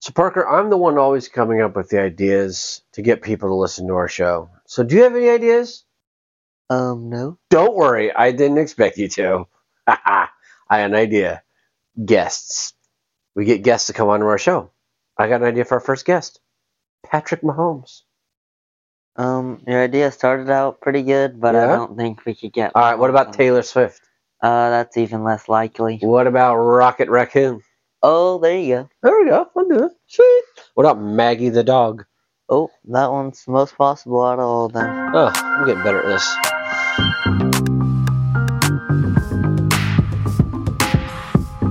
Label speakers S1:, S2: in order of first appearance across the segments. S1: So, Parker, I'm the one always coming up with the ideas to get people to listen to our show. So, do you have any ideas?
S2: Um, no.
S1: Don't worry, I didn't expect you to. I had an idea. Guests. We get guests to come onto our show. I got an idea for our first guest Patrick Mahomes.
S2: Um, your idea started out pretty good, but I
S1: Yeah?
S2: don't think we could get.
S1: All right, what about
S2: Taylor?
S1: Taylor Swift?
S2: Uh, that's even less likely.
S1: What about Rocket Raccoon?
S2: Oh, there you go.
S1: There we go. I'll do it. Sweet. What about Maggie the dog?
S2: Oh, that one's the most possible out of all of them.
S1: Oh, I'm getting better at this. I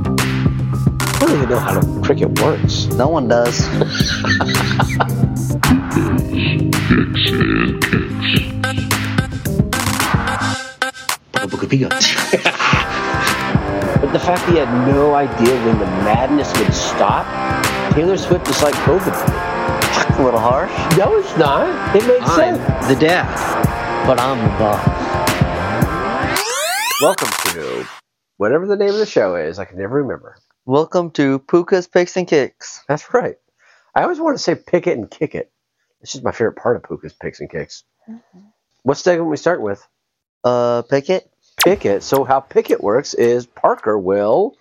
S1: don't even know how to cricket works.
S2: No one does.
S1: But the fact that he had no idea when the madness would stop, Taylor Swift is like COVID.
S2: a little harsh.
S1: No, it's not. It makes sense.
S2: the dad, but I'm the boss.
S1: Welcome to whatever the name of the show is. I can never remember.
S2: Welcome to Puka's Picks and Kicks.
S1: That's right. I always want to say pick it and kick it. This is my favorite part of Puka's picks and kicks. What segment we start with?
S2: Uh, pick it.
S1: Pick it. So how pick it works is Parker will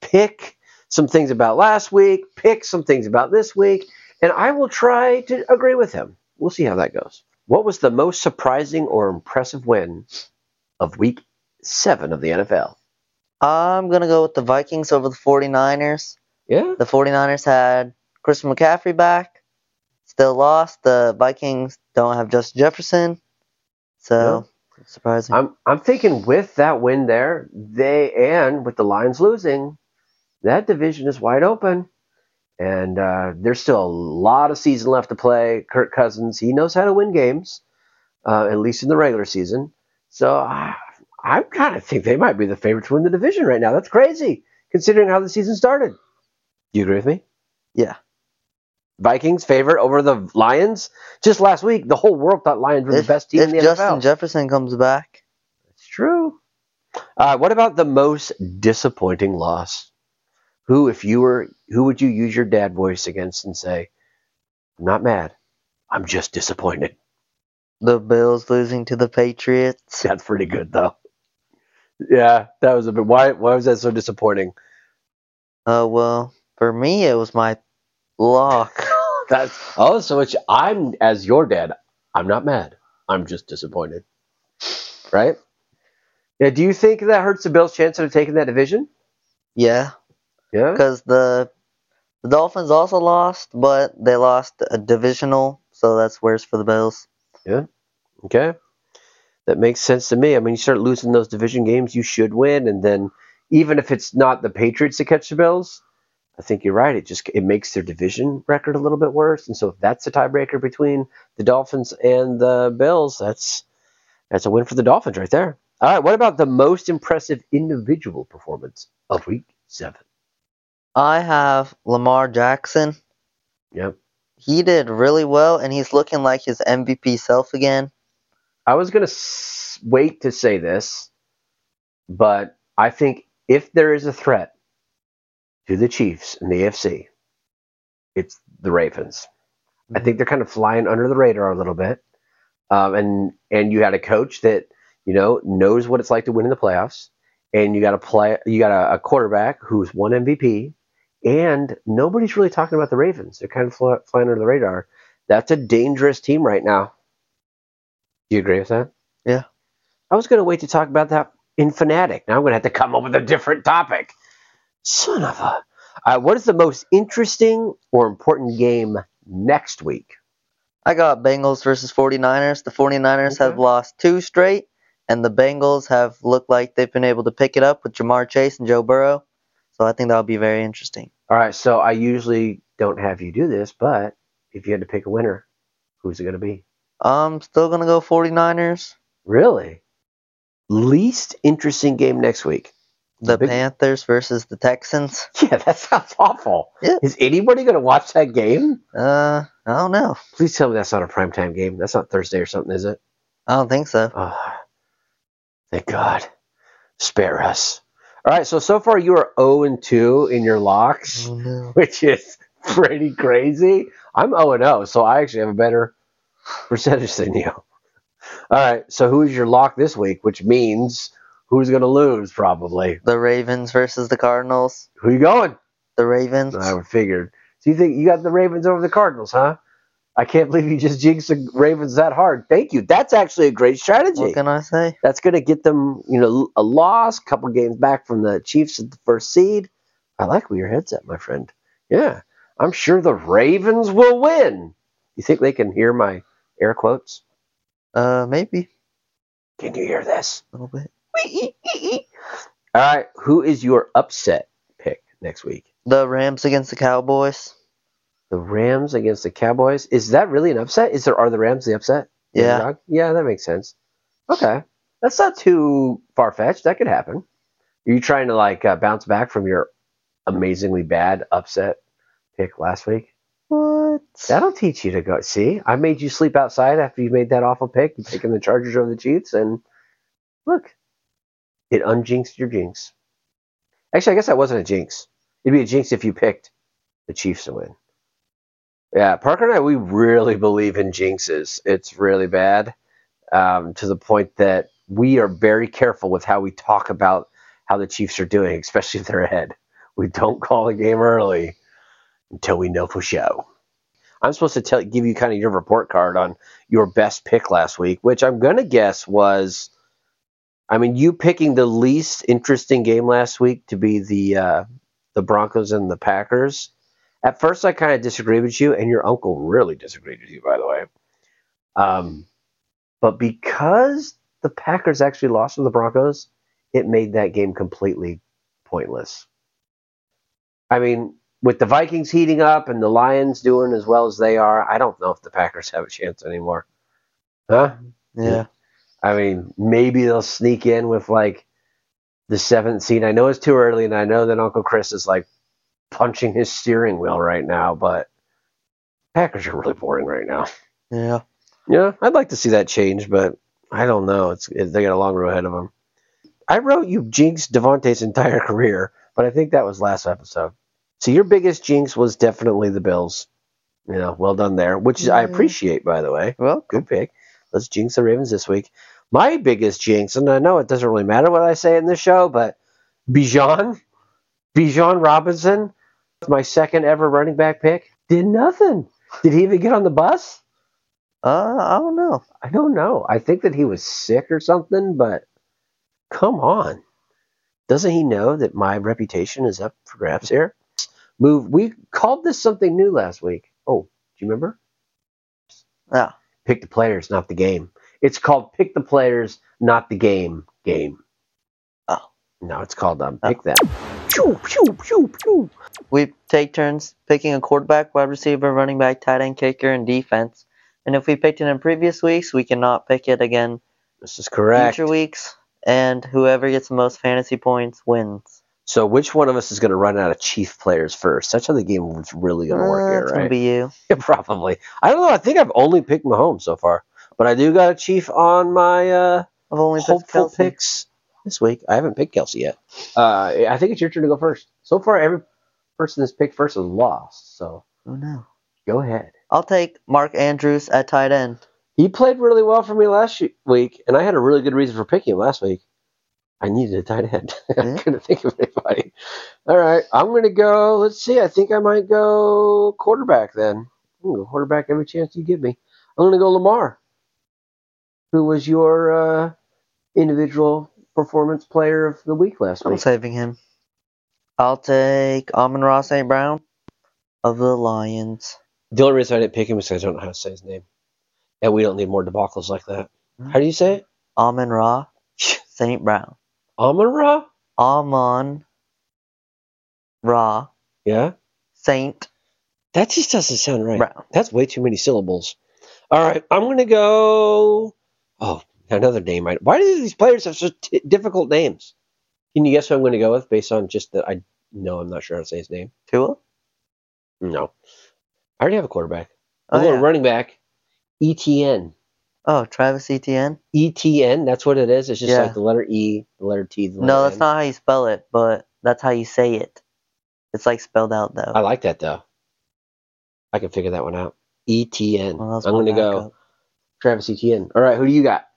S1: pick some things about last week, pick some things about this week, and I will try to agree with him. We'll see how that goes. What was the most surprising or impressive win of week seven of the NFL?
S2: I'm gonna go with the Vikings over the 49ers.
S1: Yeah.
S2: The 49ers had Christian McCaffrey back, still lost. The Vikings don't have Justin Jefferson, so surprising.
S1: I'm I'm thinking with that win there, they and with the Lions losing, that division is wide open, and uh, there's still a lot of season left to play. Kirk Cousins, he knows how to win games, uh, at least in the regular season. So I I kind of think they might be the favorite to win the division right now. That's crazy considering how the season started. You agree with me?
S2: Yeah.
S1: Vikings favorite over the Lions. Just last week, the whole world thought Lions were
S2: if
S1: the best team
S2: if
S1: in the
S2: Justin
S1: NFL.
S2: Jefferson comes back,
S1: It's true. Uh, what about the most disappointing loss? Who, if you were, who would you use your dad voice against and say, "I'm not mad, I'm just disappointed."
S2: the Bills losing to the Patriots.
S1: That's pretty good though. Yeah, that was a bit. Why? Why was that so disappointing?
S2: Uh, well, for me, it was my lock.
S1: That's oh, so it's I'm as your dad. I'm not mad. I'm just disappointed. Right? Yeah. Do you think that hurts the Bills' chances of taking that division?
S2: yeah,
S1: Yeah.
S2: because the the Dolphins also lost, but they lost a divisional, so that's worse for the Bills.
S1: Okay. That makes sense to me. I mean, you start losing those division games, you should win, and then even if it's not the Patriots that catch the Bills, I think you're right. It just it makes their division record a little bit worse, and so if that's a tiebreaker between the Dolphins and the Bills, that's that's a win for the Dolphins right there. All right, what about the most impressive individual performance of Week Seven?
S2: I have Lamar Jackson.
S1: Yep.
S2: He did really well, and he's looking like his MVP self again.
S1: I was going to s- wait to say this, but I think if there is a threat to the Chiefs in the AFC, it's the Ravens. I think they're kind of flying under the radar a little bit, um, and and you had a coach that you know knows what it's like to win in the playoffs, and you got a play, you got a, a quarterback who's won MVP, and nobody's really talking about the Ravens. They're kind of fly, flying under the radar. That's a dangerous team right now. Do you agree with that?
S2: Yeah.
S1: I was going to wait to talk about that in Fanatic. Now I'm going to have to come up with a different topic. Son of a. Uh, what is the most interesting or important game next week?
S2: I got Bengals versus 49ers. The 49ers have
S1: Okay.
S2: lost two straight, and the Bengals have looked like they've been able to pick it up with Jamar Chase and Joe Burrow. So I think that'll be very interesting.
S1: All right, so I usually don't have you do this, but if you had to pick a winner, who's it going to be?
S2: I'm still going to go 49ers.
S1: Really? Least interesting game next week.
S2: The
S1: Big-
S2: Panthers versus the Texans.
S1: Yeah, that sounds awful.
S2: Yeah.
S1: Is anybody going to watch that game?
S2: Uh, I don't know.
S1: Please tell me that's not a primetime game. That's not Thursday or something, is it?
S2: I don't think so.
S1: Ah, thank God. Spare us. All right, so so far you are 0 and 2 oh in your locks,
S2: Oh, no.
S1: which is pretty crazy. I'm 0 0, so I actually have a better percentage than you. All right, so who's your lock this week? Which means who's going to lose, probably.
S2: The Ravens versus the Cardinals.
S1: Who you going?
S2: The Ravens.
S1: I figured. So you think you got the Ravens over the Cardinals, huh? I can't believe you just jinxed the Ravens that hard. Thank you. That's actually a great strategy.
S2: What can I say?
S1: That's going to get them, you know, a loss, couple games back from the Chiefs at the first seed. I like where your head's at, my friend. Yeah, I'm sure the Ravens will win. You think they can hear my air quotes?
S2: Uh, maybe
S1: Can you hear this?
S2: a little bit.
S1: All right, who is your upset pick next week?
S2: The Rams against the Cowboys.
S1: The Rams against the Cowboys. Is that really an upset? Is there are the Rams the upset?
S2: Yeah.
S1: Underdog? Yeah, that makes sense. Okay. That's not too far fetched. That could happen. Are you trying to like uh, bounce back from your amazingly bad upset pick last week?
S2: What?
S1: That'll teach you to go. See, I made you sleep outside after you made that awful pick, you picking the Chargers over the Chiefs, and look, it unjinxed your jinx. Actually, I guess that wasn't a jinx. It'd be a jinx if you picked the Chiefs to win. Yeah, Parker and I, we really believe in jinxes. It's really bad um, to the point that we are very careful with how we talk about how the Chiefs are doing, especially if they're ahead. We don't call a game early until we know for sure. I'm supposed to tell give you kind of your report card on your best pick last week, which I'm gonna guess was, I mean, you picking the least interesting game last week to be the uh, the Broncos and the Packers. At first, I kind of disagreed with you, and your uncle really disagreed with you, by the way. Um, but because the Packers actually lost to the Broncos, it made that game completely pointless. I mean, with the Vikings heating up and the Lions doing as well as they are, I don't know if the Packers have a chance anymore. Huh?
S2: Yeah.
S1: I mean, maybe they'll sneak in with like the seventh seed. I know it's too early, and I know that Uncle Chris is like punching his steering wheel right now, but Packers are really boring right now.
S2: Yeah.
S1: Yeah, I'd like to see that change, but I don't know. It's it, they got a long road ahead of them. I wrote you jinxed Devontae's entire career, but I think that was last episode. So your biggest jinx was definitely the Bills. You know, well done there, which I
S2: Yeah.
S1: appreciate, by the way.
S2: Well,
S1: Good pick. Let's jinx the Ravens this week. My biggest jinx, and I know it doesn't really matter what I say in this show, but Bijan, Bijan Robinson, my second ever running back pick, did nothing. Did he even get on the bus?
S2: uh, I don't know.
S1: I don't know. I think that he was sick or something, but come on. Doesn't he know that my reputation is up for grabs here? Move. We called this something new last week. Oh, do you remember?
S2: Yeah.
S1: Pick the players, not the game. It's called pick the players, not the game. Game.
S2: Oh.
S1: No, it's called um,
S2: Oh.
S1: pick that. Pew, pew, pew, pew.
S2: We take turns picking a quarterback, wide receiver, running back, tight end, kicker, and defense. And if we picked it in previous weeks, we cannot pick it again
S1: This is correct.
S2: future weeks. And whoever gets the most fantasy points wins.
S1: So, which one of us is going to run out of chief players first? That's how the game is really going to work
S2: Uh,
S1: here,
S2: it's
S1: right?
S2: gonna be you.
S1: Yeah, probably. I don't know. I think I've only picked Mahomes so far, but I do got a Chief on my uh,
S2: I've only picked
S1: hopeful
S2: Kelsey.
S1: picks this week. I haven't picked Kelsey yet. Uh, I think it's your turn to go first. So far, every person that's picked first has lost. So
S2: Oh no.
S1: go ahead.
S2: I'll take Mark Andrews at tight end.
S1: He played really well for me last ye- week, and I had a really good reason for picking him last week. I needed a tight end. I
S2: Yeah.
S1: couldn't think of anybody. All right, I'm going to go. Let's see. I think I might go quarterback then. I'm gonna go quarterback every chance you give me. I'm going to go Lamar, who was your uh, individual performance player of the week last
S2: I'm
S1: week.
S2: saving him. I'll take Amon Ross St. Brown of the Lions.
S1: The only reason I didn't pick him is 'cause I don't know how to say his name, and we don't need more debacles like that. How do you say it?
S2: Amon Ra St. Brown.
S1: Amon Ra?
S2: Amon Ra
S1: Yeah.
S2: Saint
S1: That just doesn't sound right.
S2: Brown.
S1: That's way too many syllables. All right, I'm going to go. Oh, another name. I, why do these players have such t- difficult names? Can you guess who I'm going to go with based on just that I know I'm not sure how to say his name?
S2: Tua?
S1: No. I already have a quarterback. I'm
S2: Oh,
S1: going
S2: yeah.
S1: running back. E ETN.
S2: oh Travis Etienne?
S1: ETN, E that's what it is. It's just
S2: Yeah.
S1: like the letter E, the letter T, the letter
S2: No, that's
S1: N.
S2: not how you spell it, but that's how you say it. It's like spelled out though.
S1: I like that, though. I can figure that one out. ETN.
S2: Well, that's
S1: I'm
S2: my
S1: going to go
S2: backup.
S1: Travis Etienne. All right, who do you got?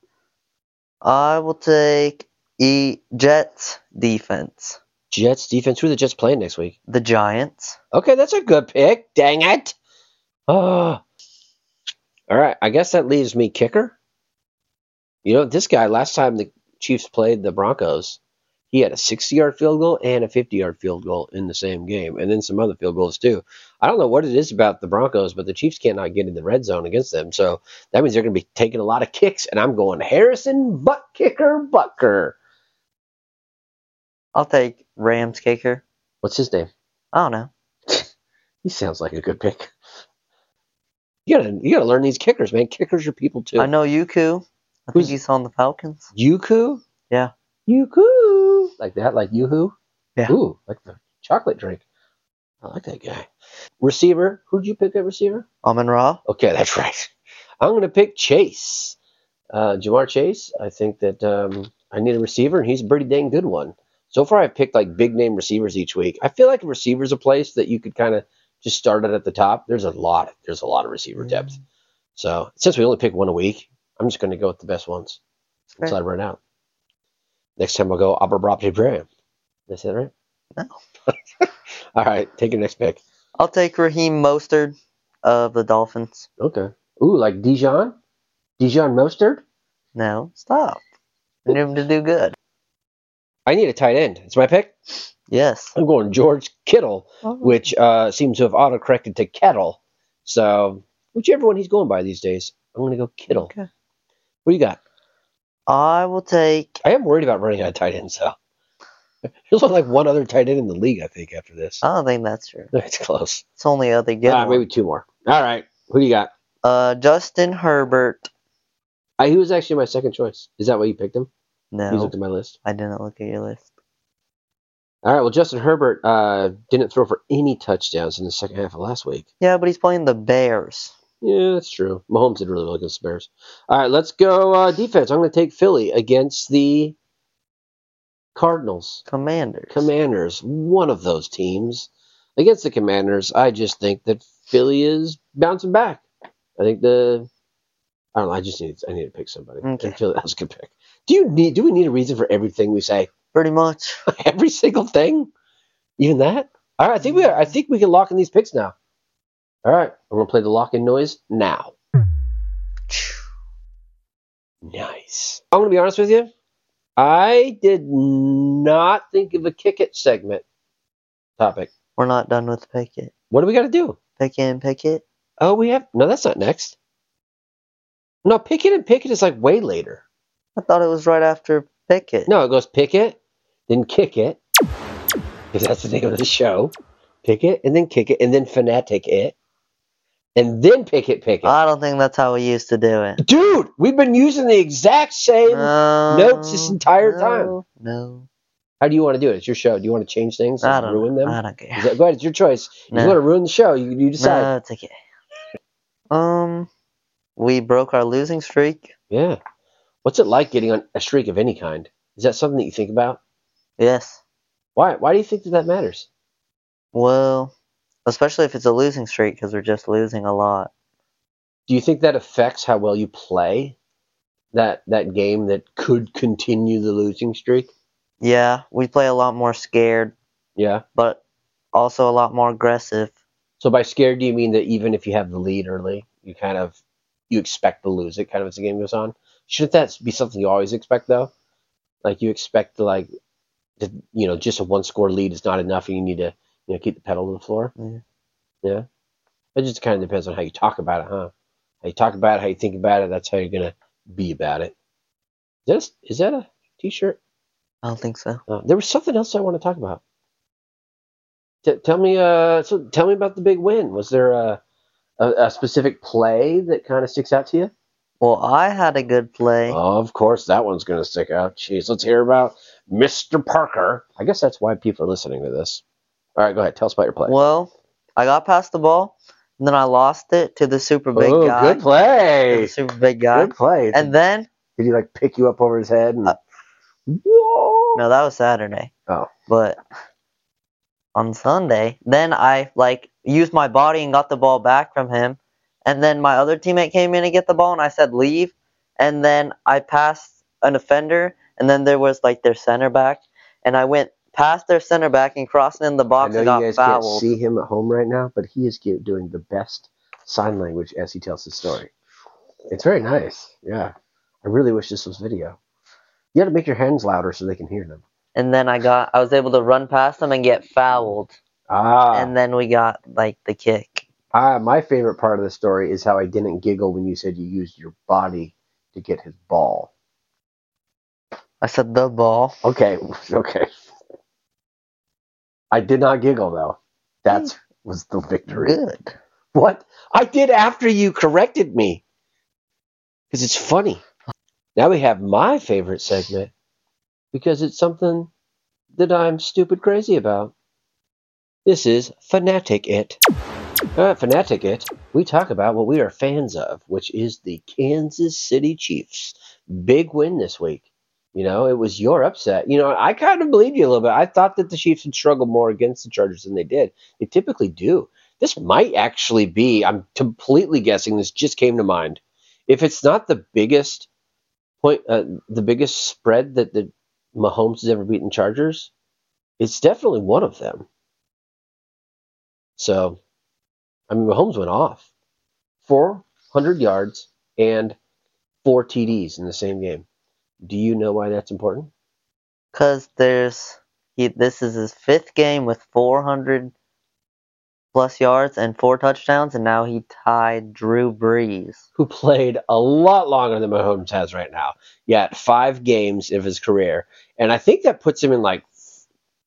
S2: I will take E Jets defense.
S1: Jets defense. Who are the Jets playing next week?
S2: The Giants.
S1: Okay, that's a good pick. Dang it. Oh. All right, I guess that leaves me kicker. You know, this guy, last time the Chiefs played the Broncos, he had a 60 yard field goal and a 50 yard field goal in the same game, and then some other field goals too. I don't know what it is about the Broncos, but the Chiefs cannot get in the red zone against them. So that means they're going to be taking a lot of kicks, and I'm going Harrison butt kicker, bucker.
S2: I'll take Rams kicker.
S1: What's his name?
S2: I don't know.
S1: He sounds like a good pick. You gotta, you gotta learn these kickers, man. Kickers are people too.
S2: I know Yuku. I
S1: Who's-
S2: think he's on the Falcons.
S1: Yuku.
S2: Yeah.
S1: Yuku. Like that, like Yoo-hoo?
S2: Yeah.
S1: Ooh, like the chocolate drink. I like that guy. Receiver. Who'd you pick at receiver?
S2: Amon Ra.
S1: Okay, that's right. I'm gonna pick Chase. Uh, Jamar Chase. I think that um, I need a receiver, and he's a pretty dang good one. So far, I've picked like big name receivers each week. I feel like a receiver's a place that you could kind of just start it at the top. There's a lot. There's a lot of receiver
S2: Mm-hmm.
S1: depth. So since we only pick one a week, I'm just going to go with the best ones until I run out. Next time I'll go Aberbrop Did I say that right?
S2: No.
S1: All right, take your next pick.
S2: I'll take Raheem Mostard of the Dolphins.
S1: Okay. Ooh, like Dijon? Dijon Mostert?
S2: No, stop. I need him to do good.
S1: I need a tight end. It's my pick.
S2: Yes.
S1: I'm going George Kittle, which uh, seems to have autocorrected to Kettle. So whichever one he's going by these days, I'm going to go Kittle.
S2: Okay.
S1: What do you got?
S2: I will take.
S1: I am worried about running out of tight ends, though. There's only like one other tight end in the league, I think, after this.
S2: I don't think that's true.
S1: It's close.
S2: It's only other good.
S1: Ah,
S2: one.
S1: maybe two more. All right. Who do you got?
S2: Uh, Justin Herbert.
S1: I, he was actually my second choice. Is that why you picked him?
S2: No,
S1: He looked at my list.
S2: I didn't look at your list.
S1: All right. Well, Justin Herbert uh, didn't throw for any touchdowns in the second half of last week.
S2: Yeah, but he's playing the Bears.
S1: Yeah, that's true. Mahomes did really well against the Bears. All right. Let's go uh, defense. I'm going to take Philly against the Cardinals.
S2: Commanders.
S1: Commanders, one of those teams. Against the Commanders, I just think that Philly is bouncing back. I think the I don't know, I just need I need to pick somebody.
S2: Okay.
S1: I feel that was a good pick. Do you need do we need a reason for everything we say?
S2: Pretty much.
S1: Every single thing? Even that? Alright, I think we are I think we can lock in these picks now. Alright, I'm gonna play the lock in noise now. Nice. I'm gonna be honest with you. I did not think of a kick it segment topic.
S2: We're not done with Pickett.
S1: What do we got to do?
S2: Pickett and Pickett.
S1: Oh, we have no. That's not next. No, Pickett and Pickett is like way later.
S2: I thought it was right after Pickett.
S1: No, it goes Pickett, then kick it. If that's the name of the show, pick it and then kick it and then fanatic it, and then pick it, pick it.
S2: I don't think that's how we used to do it.
S1: Dude, we've been using the exact same.
S2: No,
S1: notes this entire
S2: Um, no,
S1: time.
S2: No,
S1: How do you want to do it? It's your show. Do you want to change things?
S2: I don't
S1: ruin
S2: know.
S1: them.
S2: I don't care.
S1: Is that- go ahead. It's your choice. If
S2: No.
S1: You want to ruin the show? You, you decide.
S2: No, it's okay. Um, we broke our losing streak.
S1: Yeah. What's it like getting on a streak of any kind? Is that something that you think about?
S2: Yes.
S1: Why? Why do you think that that matters?
S2: Well, especially if it's a losing streak because we're just losing a lot.
S1: Do you think that affects how well you play that that game that could continue the losing streak?
S2: Yeah, we play a lot more scared,
S1: Yeah.
S2: but also a lot more aggressive.
S1: So by scared, do you mean that even if you have the lead early, you kind of you expect to lose it, kind of as the game goes on? Shouldn't that be something you always expect though? Like you expect to like, to, you know, just a one score lead is not enough, and you need to you know keep the pedal to the floor.
S2: Yeah.
S1: Yeah. It just kind of depends on how you talk about it, huh? How you talk about it, how you think about it. That's how you're gonna be about it. This is that a t-shirt?
S2: I don't think so.
S1: Uh, there was something else I want to talk about. T- tell me, uh, so tell me about the big win. Was there a, a, a specific play that kind of sticks out to you? Oh,
S2: Well, I had a good play.
S1: of course, that one's going to stick out. Jeez, let's hear about Mr. Parker. I guess that's why people are listening to this. All right, go ahead. Tell us about your play.
S2: Well, I got past the ball, and then I lost it to the super big
S1: oh,
S2: guy.
S1: good
S2: To the
S1: play.
S2: super big guy.
S1: Good play.
S2: And then
S1: Did he like pick you up over his head? And,
S2: Uh,
S1: Whoa!
S2: no, that was Saturday.
S1: Oh.
S2: But on Sunday. Then I like used my body and got the ball back from him. And then my other teammate came in to get the ball and I said leave. And then I passed an offender and then there was like their center back and I went past their center back and crossing in the
S1: I
S2: box
S1: know
S2: and
S1: you
S2: got
S1: guys
S2: fouled.
S1: can't see him at home right now, but he is gi- doing the best sign language as he tells his story. It's very nice. Yeah. I really wish this was video. You got to make your hands louder so they can hear them.
S2: And then I got I was able to run past them and get fouled.
S1: Ah.
S2: And then we got like the kick.
S1: Ah, my favorite part of the story is how I didn't giggle when you said you used your body to get his ball.
S2: I said the ball.
S1: Okay, okay. I did not giggle though. That was the victory.
S2: Good.
S1: What? I did after you corrected me. Because it's funny. Now we have my favorite segment because it's something that I'm stupid crazy about. This is Fanatic It. At Fanatic It, we talk about what we are fans of, which is the Kansas City Chiefs. Big win this week. You know, it was your upset. You know, I kind of believed you a little bit. I thought that the Chiefs would struggle more against the Chargers than they did. They typically do this might actually be i'm completely guessing this just came to mind if it's not the biggest point uh, the biggest spread that the mahomes has ever beaten chargers it's definitely one of them so i mean mahomes went off 400 yards and four td's in the same game do you know why that's important
S2: Cause there's he, this is his fifth game with 400 plus yards and four touchdowns, and now he tied Drew Brees.
S1: who played a lot longer than Mahomes has right now. Yet five games of his career, and I think that puts him in like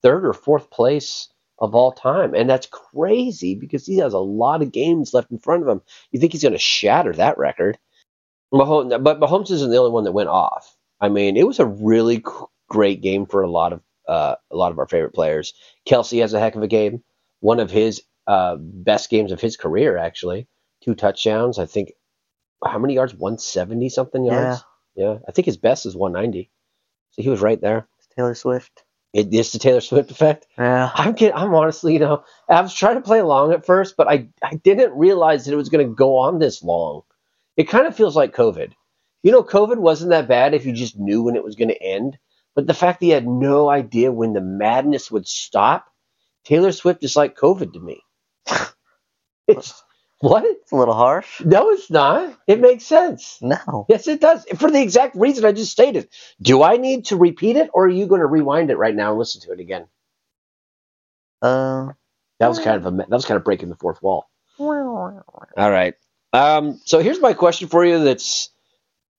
S1: third or fourth place of all time, and that's crazy because he has a lot of games left in front of him. You think he's going to shatter that record? Mahomes, but Mahomes isn't the only one that went off. I mean, it was a really c- great game for a lot of uh, a lot of our favorite players. Kelsey has a heck of a game, one of his uh, best games of his career, actually. Two touchdowns, I think how many yards? 170 something yards. Yeah. I think his best is 190. So he was right there.
S2: Taylor Swift.
S1: It is the Taylor Swift effect.
S2: Yeah.
S1: I'm get, I'm honestly, you know, I was trying to play along at first, but I, I didn't realize that it was going to go on this long. It kind of feels like COVID. You know, COVID wasn't that bad if you just knew when it was going to end. But the fact that you had no idea when the madness would stop, Taylor Swift is like COVID to me. it's what?
S2: It's a little harsh.
S1: No, it's not. It makes sense.
S2: No.
S1: Yes, it does. For the exact reason I just stated. Do I need to repeat it, or are you going to rewind it right now and listen to it again?
S2: Uh,
S1: That was kind of a that was kind of breaking the fourth wall. All right. Um, so here's my question for you. That's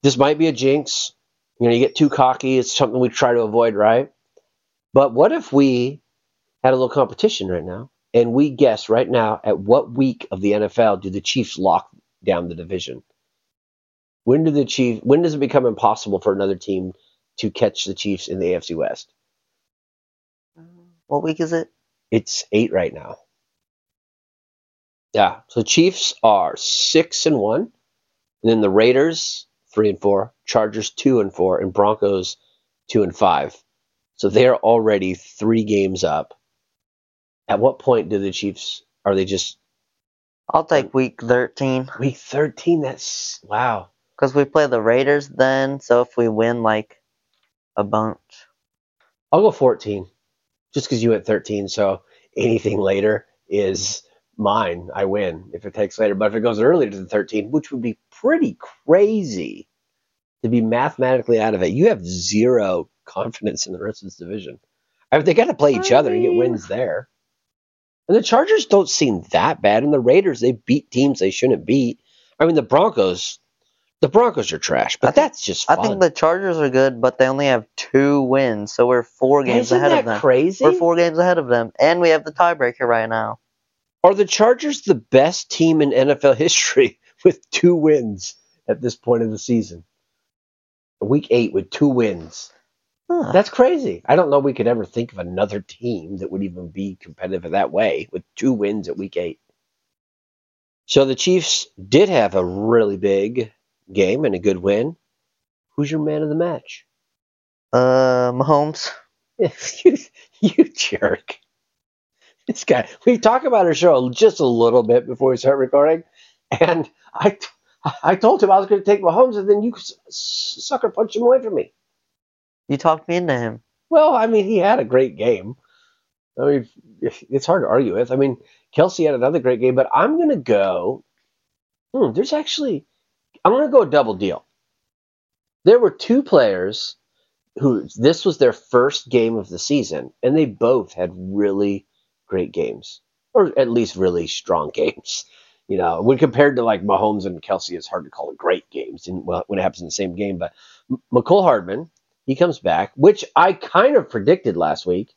S1: this might be a jinx. You know, you get too cocky. It's something we try to avoid, right? But what if we had a little competition right now, and we guess right now at what week of the NFL do the Chiefs lock down the division? When do the Chiefs? When does it become impossible for another team to catch the Chiefs in the AFC West?
S2: what week is it?
S1: It's eight right now. Yeah. So Chiefs are six and one. And then the Raiders, three and four, Chargers two and four, and Broncos two and five. So they're already three games up. At what point do the Chiefs are they just
S2: I'll take week 13
S1: week thirteen? That's wow.
S2: because we play the Raiders then. So if we win like a bunch,
S1: I'll go fourteen. Just because you went thirteen, so anything later is mine. I win if it takes later. But if it goes earlier to the 13, which would be pretty crazy to be mathematically out of it, you have zero confidence in the rest of this division. I mean, they got to play each other and get wins there. And the Chargers don't seem that bad. And the Raiders, they beat teams they shouldn't beat. I mean, the Broncos, the Broncos are trash, but
S2: I think-
S1: that's just fun.
S2: I think the Chargers are good, but they only have two wins, so we're four games
S1: Isn't
S2: ahead
S1: that
S2: of them.
S1: crazy?
S2: We're four games ahead of them, and we have the tiebreaker right now.
S1: Are the Chargers the best team in NFL history with two wins at this point of the season? Week eight with two wins.
S2: Huh.
S1: That's crazy. I don't know we could ever think of another team that would even be competitive that way with two wins at week eight. So the Chiefs did have a really big game and a good win. Who's your man of the match?
S2: Uh, Mahomes.
S1: you, you jerk. this guy. We talk about our show just a little bit before we start recording, and I, t- I told him I was going to take Mahomes, and then you s- sucker punched him away from me.
S2: You talked me into him.
S1: Well, I mean, he had a great game. I mean, if- it's hard to argue with. I mean, Kelsey had another great game, but I'm going to go. Hmm, there's actually, I'm going to go double deal. There were two players who this was their first game of the season, and they both had really great games, or at least really strong games. You know, when compared to like Mahomes and Kelsey, it's hard to call it great games in, well, when it happens in the same game. But M- McCole Hardman, he comes back, which I kind of predicted last week.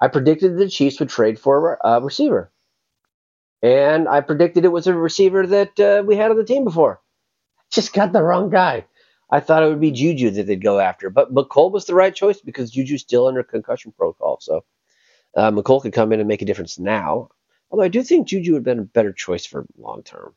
S1: I predicted the Chiefs would trade for a receiver. And I predicted it was a receiver that uh, we had on the team before. Just got the wrong guy. I thought it would be Juju that they'd go after. But McColl was the right choice because Juju's still under concussion protocol. So uh, McColl could come in and make a difference now. Although I do think Juju would have been a better choice for long term.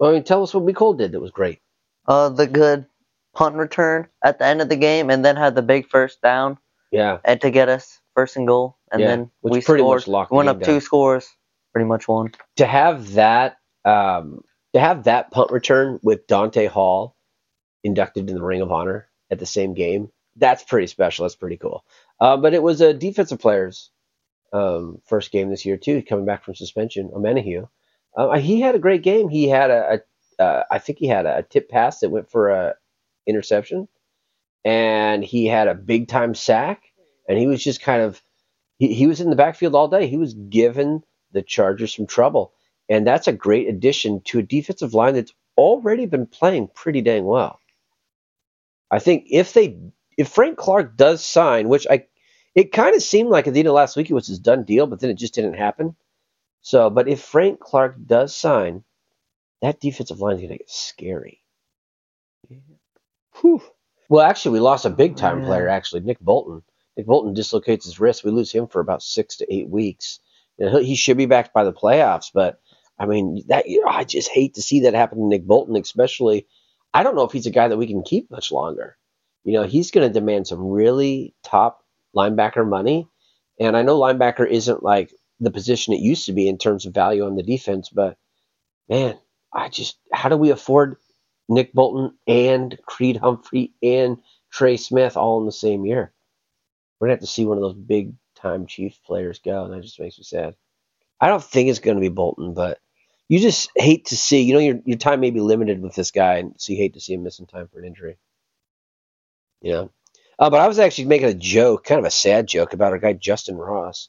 S1: I mean, tell us what McColl did that was great.
S2: Uh, the good punt return at the end of the game, and then had the big first down
S1: Yeah.
S2: and to get us first and goal, and
S1: Yeah,
S2: then
S1: which
S2: we
S1: pretty
S2: scored.
S1: much locked the
S2: went
S1: game
S2: up
S1: down.
S2: two scores, pretty much won.
S1: to have that um, to have that punt return with Dante Hall inducted in the Ring of Honor at the same game, that's pretty special. That's pretty cool. Uh, but it was a defensive player's um, first game this year too, coming back from suspension. Omenahue, uh, he had a great game. He had a, a uh, I think he had a tip pass that went for a interception, and he had a big time sack. And he was just kind of he, he was in the backfield all day. He was given the Chargers some trouble. And that's a great addition to a defensive line that's already been playing pretty dang well. I think if they if Frank Clark does sign, which I it kind of seemed like at the end of last week it was his done deal, but then it just didn't happen. So, but if Frank Clark does sign, that defensive line is going to get scary. Whew. Well, actually, we lost a big time
S2: Yeah.
S1: player. Actually, Nick Bolton. Nick Bolton dislocates his wrist. We lose him for about six to eight weeks. You know, he should be back by the playoffs, but I mean, that you know, I just hate to see that happen to Nick Bolton, especially. I don't know if he's a guy that we can keep much longer. You know, he's going to demand some really top linebacker money, and I know linebacker isn't like the position it used to be in terms of value on the defense, but man, I just how do we afford Nick Bolton and Creed Humphrey and Trey Smith all in the same year? We're gonna have to see one of those big time Chief players go, and that just makes me sad. I don't think it's gonna be Bolton, but you just hate to see. You know, your your time may be limited with this guy, and so you hate to see him missing time for an injury. You know, uh, but I was actually making a joke, kind of a sad joke, about our guy Justin Ross,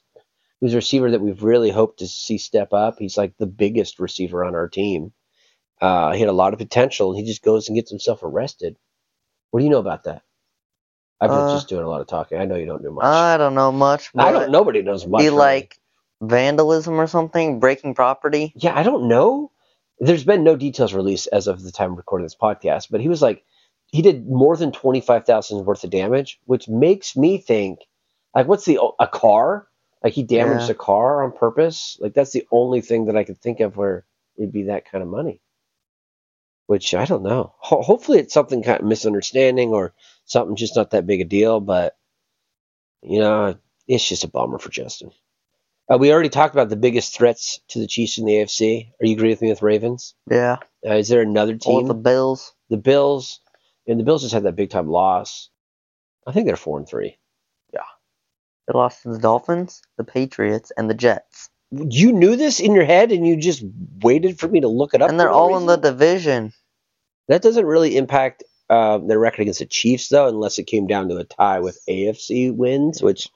S1: who's a receiver that we've really hoped to see step up. He's like the biggest receiver on our team. Uh, he had a lot of potential, and he just goes and gets himself arrested. What do you know about that? I've been
S2: Uh,
S1: just doing a lot of talking. I know you don't do much.
S2: I don't know much.
S1: I
S2: but
S1: don't. Nobody knows much.
S2: Uh, Be
S1: really.
S2: like vandalism or something, breaking property.
S1: yeah, I don't know. There's been no details released as of the time of recording this podcast, but he was like, he did more than twenty five thousand worth of damage, which makes me think, like, what's the a car? Like he damaged
S2: Yeah.
S1: a car on purpose. Like that's the only thing that I could think of where it'd be that kind of money. Which I don't know. Ho- hopefully it's something kind of misunderstanding or something just not that big a deal, but you know, it's just a bummer for Justin. Uh, we already talked about the biggest threats to the Chiefs in the AFC. Are you agree with me with Ravens?
S2: Yeah,
S1: Uh, is there another
S2: or
S1: team?
S2: the
S1: The-,
S2: bills.
S1: Bills, and the Bills just had that big time loss. I think they're four and three.
S2: They lost to the Dolphins, the Patriots, and the Jets,
S1: You knew this in your head, and you just waited for me to look it up.
S2: and they're
S1: for no
S2: all in the
S1: reason?
S2: division.
S1: That doesn't really impact um, their record against the Chiefs, though, unless it came down to a tie with AFC wins, which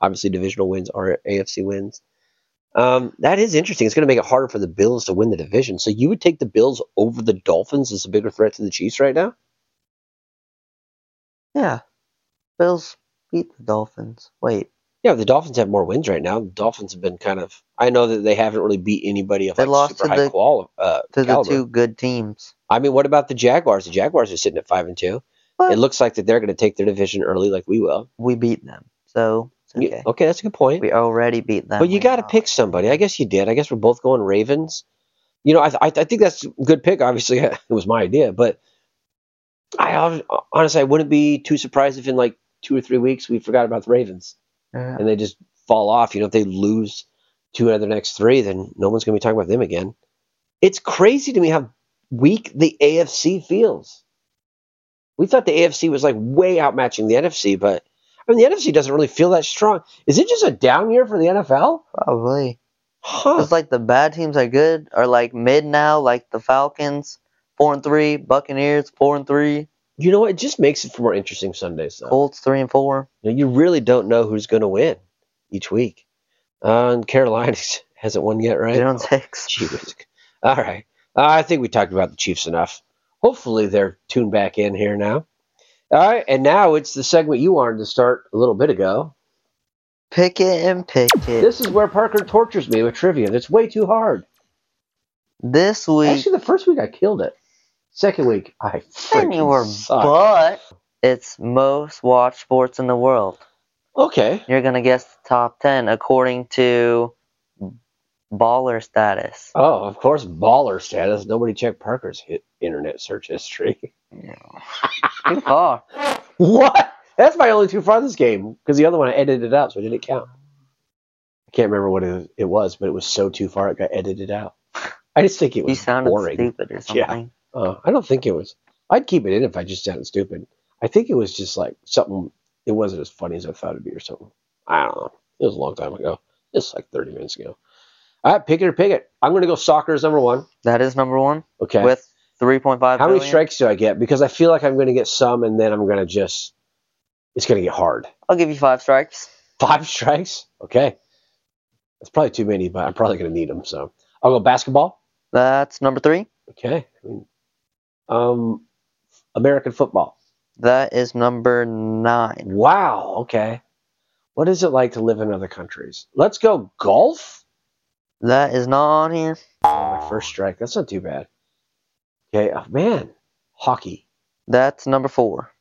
S1: obviously divisional wins are AFC wins. Um, that is interesting. It's going to make it harder for the Bills to win the division. So you would take the Bills over the Dolphins as a bigger threat to the Chiefs right now?
S2: Yeah, Bills beat the Dolphins. Wait,
S1: Yeah, the Dolphins have more wins right now. The Dolphins have been kind of. I know that they haven't really beat anybody of
S2: They
S1: like
S2: lost
S1: super
S2: to
S1: high
S2: the-
S1: qual. Uh,
S2: to
S1: caliber.
S2: the two good teams.
S1: I mean, what about the Jaguars? The Jaguars are sitting at five and two.
S2: But
S1: It looks like that they're going to take their division early, like we will.
S2: we beat them, so it's
S1: You-
S2: okay.
S1: okay, that's a good point.
S2: We already beat them.
S1: But you
S2: right
S1: got to
S2: now.
S1: pick somebody. I guess you did. I guess we're both going Ravens. You know, I I, I think that's a good pick. Obviously, it was my idea, but I hon- honestly I wouldn't be too surprised if in like two or three weeks we forgot about the Ravens
S2: Yeah.
S1: and they just fall off. You know, if they lose two out of their next three, then no one's going to be talking about them again. It's crazy to me how weak the AFC feels. We thought the AFC was like way outmatching the NFC, but I mean, the NFC doesn't really feel that strong. Is it just a down year for the NFL?
S2: Probably.
S1: Huh.
S2: It's like the bad teams are good or like mid now, like the Falcons, four and three, Buccaneers, four and three,
S1: You know what? It just makes it for more interesting Sundays, though.
S2: Colts three and four.
S1: You, know, you really don't know who's going to win each week. Uh, and Carolina hasn't won yet, right?
S2: Zero and six.
S1: Jeez. All right. Uh, I think we talked about the Chiefs enough. Hopefully they're tuned back in here now. All right, and now it's the segment you wanted to start a little bit ago.
S2: Pick it and pick it. This,
S1: This is where Parker tortures me with trivia. That's way too hard.
S2: week,
S1: Actually, the first week I killed it. Second week, I
S2: anywhere
S1: freaking suck.
S2: but it's most watched sports in the world.
S1: Okay.
S2: You're gonna guess the top ten according to baller status.
S1: Oh, of course, baller status. Nobody checked Parker's hit internet search history.
S2: Too far.
S1: What? That's my only two farthest game because the other one I edited it out, so it didn't count. I can't remember what it, it was, but it was so too far it got edited out. I just think it
S2: You
S1: was
S2: sounded
S1: boring.
S2: stupid or something.
S1: Uh, I don't think it was. I'd keep it in if I just sounded stupid. I think it was just like something. It wasn't as funny as I thought it'd be, or something. I don't know. It was a long time ago. It's like 30 minutes ago. All right, pick it or pick it. I'm going to go soccer as number one.
S2: That is number one
S1: Okay.
S2: with three point five.
S1: How many strikes do I get? Because I feel like I'm going to get some, and then I'm going to just. It's going to get hard.
S2: I'll give you five strikes.
S1: Five strikes? Okay. That's probably too many, but I'm probably going to need them. So I'll go basketball.
S2: That's number three.
S1: Okay. Um, American football.
S2: That is number nine.
S1: Wow. Okay. What is it like to live in other countries? Let's go golf.
S2: That is not on here.
S1: Oh, my first strike. That's not too bad. Okay. Oh, man. Hockey.
S2: That's number four.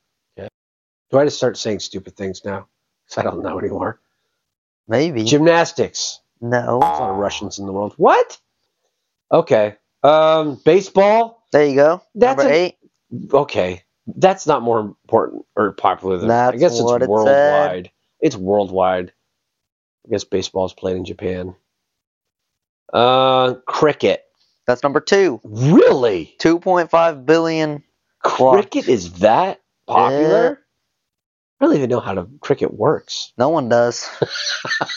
S1: Do I just start saying stupid things now? Because I don't know anymore.
S2: Maybe.
S1: Gymnastics.
S2: no.
S1: There's a lot of Russians in the world. What? Okay. Um, baseball.
S2: There you go.
S1: That's
S2: number
S1: a-
S2: eight.
S1: okay, that's not more important or popular than I
S2: That's
S1: guess it's
S2: what it said.
S1: worldwide. It's worldwide. I guess baseball's played in Japan. Uh, cricket.
S2: That's number two.
S1: Really?
S2: Two point five billion.
S1: Cricket is that popular? I don't even know how to cricket works.
S2: No one does.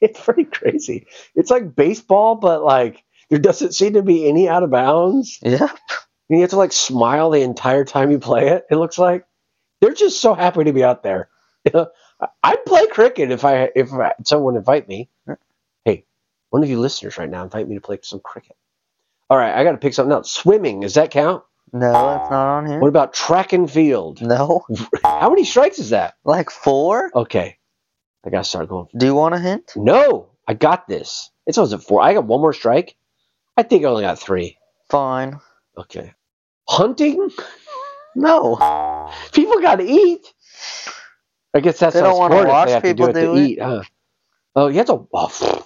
S1: It's pretty crazy. It's like baseball, but like there doesn't seem to be any out of bounds.
S2: yeah.
S1: And you have to like smile the entire time you play it. It looks like they're just so happy to be out there. You know, I- I'd play cricket if I if I, someone invite me. Hey, one of you listeners right now, invite me to play some cricket. All right, I got to pick something else. Swimming, does that count?
S2: No, that's not on here.
S1: What about track and field?
S2: No.
S1: How many strikes is that?
S2: Like four?
S1: Okay, I got to start going.
S2: Do you want a hint?
S1: No, I got this. It's always at four. I got one more strike. I think I only got three.
S2: Fine.
S1: Okay, hunting.
S2: No.
S1: People got to eat. I guess that's
S2: They
S1: not
S2: don't
S1: a
S2: wanna
S1: sport if
S2: watch
S1: they have
S2: people
S1: to do,
S2: do
S1: it to
S2: it.
S1: eat. Huh? Oh, you have to oh, pfft.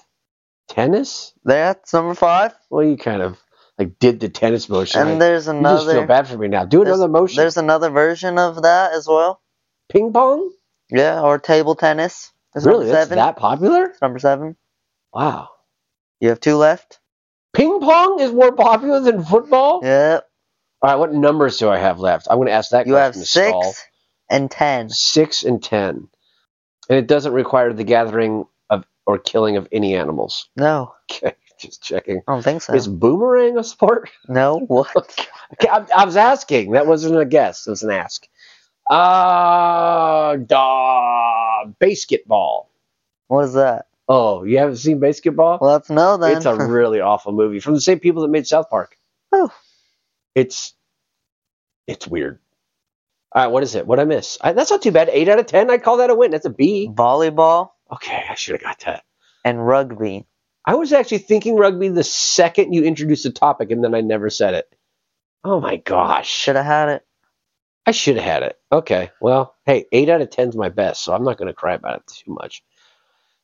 S1: tennis.
S2: That's number five.
S1: Well, you kind of like did the tennis motion.
S2: And
S1: like,
S2: there's
S1: you just feel
S2: another
S1: bad for me now. Do another motion.
S2: there's another version of that as well.
S1: ping pong.
S2: Yeah, or table tennis. That's
S1: Really,
S2: number
S1: that's
S2: seven.
S1: that popular?
S2: That's number seven.
S1: Wow.
S2: You have two left.
S1: Ping pong is more popular than football.
S2: Yep.
S1: All right, what numbers do I have left? I'm going to ask that.
S2: You
S1: question
S2: have
S1: to
S2: six
S1: Saul.
S2: and ten.
S1: six and ten, and it doesn't require the gathering of or killing of any animals.
S2: No,
S1: Okay, just checking.
S2: I don't think so.
S1: Is boomerang a sport?
S2: no, what?
S1: Okay, I, I was asking. That wasn't a guess. It was an ask. Uh, da, basketball.
S2: what is that?
S1: Oh, you haven't seen basketball?
S2: Well, that's no then.
S1: it's a really awful movie from the same people that made South Park.
S2: Oh.
S1: It's it's weird. All right, what is it? What I miss? I, that's not too bad. Eight out of ten. I call that a win. That's a B.
S2: volleyball
S1: Okay, I should have got that.
S2: and rugby.
S1: I was actually thinking rugby the second you introduced the topic, and then I never said it. Oh my gosh.
S2: Should have had it.
S1: I should have had it. Okay. Well, hey, eight out of ten's my best, so I'm not gonna cry about it too much.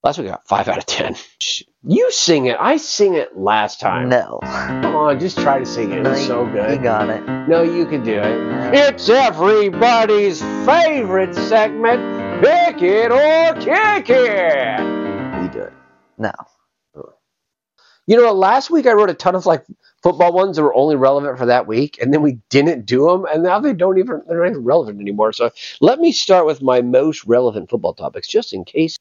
S1: Last week I got five out of ten. Sh- You sing it. I sing it last time.
S2: No,
S1: Come on, just try to sing it.
S2: No,
S1: It's so
S2: you
S1: good.
S2: got it.
S1: No, you can do it. It's everybody's favorite segment. Pick it or kick it.
S2: No.
S1: You know, last week I wrote a ton of like football ones that were only relevant for that week, and then we didn't do them, and now they don't even they're not even relevant anymore. So let me start with my most relevant football topics, just in case.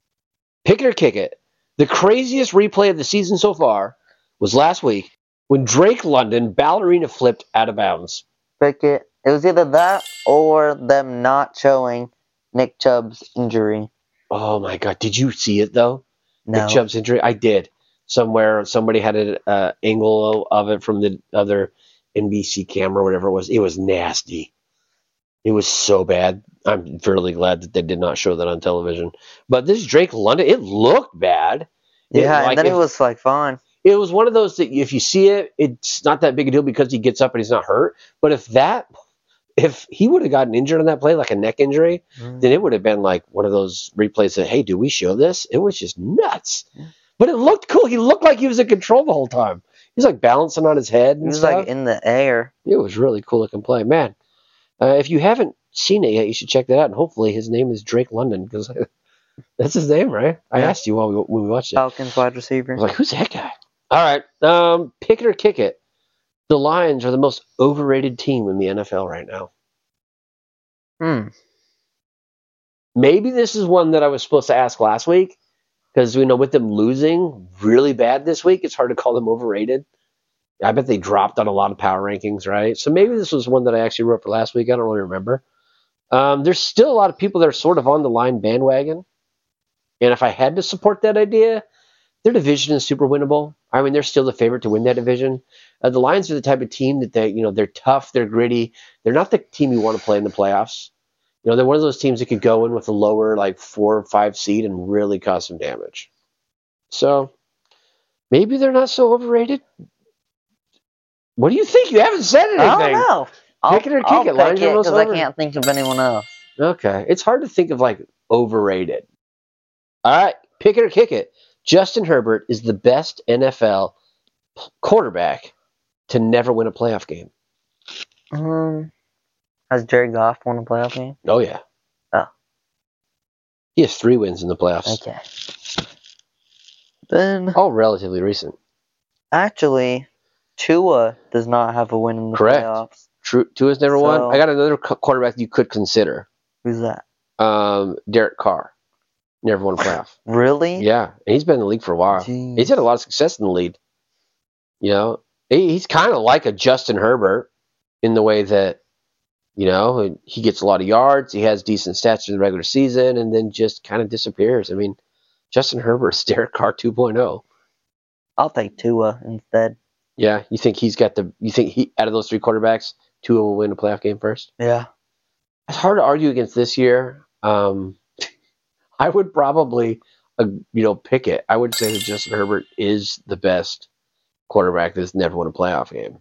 S1: Pick it or kick it. The craziest replay of the season so far was last week when Drake London ballerina flipped out of bounds.
S2: Pick it. It was either that or them not showing Nick Chubb's injury.
S1: Oh my god, did you see it though?
S2: No.
S1: Nick Chubb's injury. I did somewhere. Somebody had an uh, angle of it from the other NBC camera, whatever it was. It was nasty. It was so bad. I'm fairly glad that they did not show that on television. But this Drake London, it looked bad. It,
S2: yeah,
S1: like,
S2: and then
S1: if-
S2: it was like fine.
S1: It was one of those that if you see it, it's not that big a deal because he gets up and he's not hurt. But if that, if he would have gotten injured on that play, like a neck injury, then it would have been like one of those replays that, hey, do we show this? It was just nuts.
S2: Yeah.
S1: But it looked cool. He looked like he was in control the whole time. He was like balancing on his head.
S2: It
S1: And
S2: was
S1: stuff.
S2: like in the air.
S1: it was really cool looking play. Man, uh, if you haven't seen it yet, you should check that out. And hopefully his name is Drake London because that's his name, right? I
S2: Yeah. Oh.
S1: asked you while we, when we watched it.
S2: Falcons wide receiver.
S1: I was like, who's that guy? All right. Um, pick it or kick it. The Lions are the most overrated team in the NFL right now.
S2: Hmm.
S1: maybe this is one that I was supposed to ask last week because we know with them losing really bad this week, it's hard to call them overrated. I bet they dropped on a lot of power rankings, right? So maybe this was one that I actually wrote for last week. I don't really remember. Um, there's still a lot of people that are sort of on the line bandwagon, and if I had to support that idea, their division is super winnable. I mean, they're still the favorite to win that division. Uh, the Lions are the type of team that they, you know, they're tough, they're gritty. They're not the team you want to play in the playoffs. You know, they're one of those teams that could go in with a lower, like four or five seed and really cause some damage. So maybe they're not so overrated. What do you think? You haven't said anything.
S2: I don't know. Oh, I'll,
S1: Pick it or kick
S2: I'll
S1: it. Lions
S2: pick
S1: are
S2: it
S1: most
S2: because I
S1: over-
S2: can't think of anyone else.
S1: Okay. It's hard to think of like overrated. All right. Pick it or kick it. Justin Herbert is the best NFL p- quarterback to never win a playoff game.
S2: Um, has Jared Goff won a playoff game?
S1: Oh, yeah.
S2: Oh.
S1: He has three wins in the playoffs.
S2: Okay. Then
S1: All relatively recent.
S2: actually, Tua does not have a win in the
S1: Correct.
S2: playoffs.
S1: True, Tua's never won.
S2: So-
S1: I got another cu- quarterback you could consider.
S2: Who's that?
S1: Um, Derek Carr. Never won a playoff.
S2: Really?
S1: yeah. And he's been in the league for a while.
S2: Jeez.
S1: Mm-hmm. He's had a lot of success in the lead. You know, he, he's kind of like a Justin Herbert in the way that, you know, he gets a lot of yards, he has decent stats in the regular season, and then just kind of disappears. I mean, Justin Herbert's Derek Carr 2.0.
S2: I'll take Tua instead.
S1: Yeah, you think he's got the? You think he out of those three quarterbacks, two will win a playoff game first?
S2: Yeah.
S1: it's hard to argue against this year. Um, I would probably, uh, you know, pick it. I would say that Justin Herbert is the best quarterback that's never won a playoff game.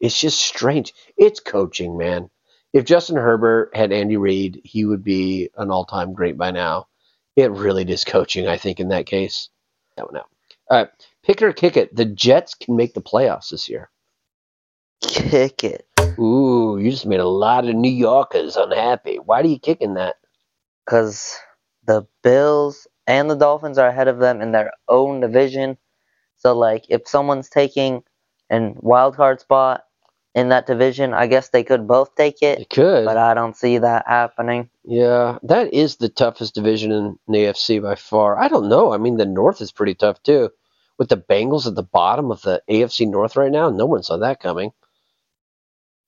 S1: It's just strange. It's coaching, man. If Justin Herbert had Andy Reid, he would be an all-time great by now. It really is coaching, I think, in that case. That one out. All right, pick it or kick it. The Jets can make the playoffs this year.
S2: Kick it.
S1: Ooh, you just made a lot of New Yorkers unhappy. Why do you kicking that?
S2: because the Bills and the Dolphins are ahead of them in their own division. So like if someone's taking an wild card spot in that division, I guess they could both take it.
S1: It could.
S2: But I don't see that happening.
S1: yeah, that is the toughest division in the AFC by far. I don't know. I mean, the North is pretty tough too. With the Bengals at the bottom of the AFC North right now, no one saw that coming.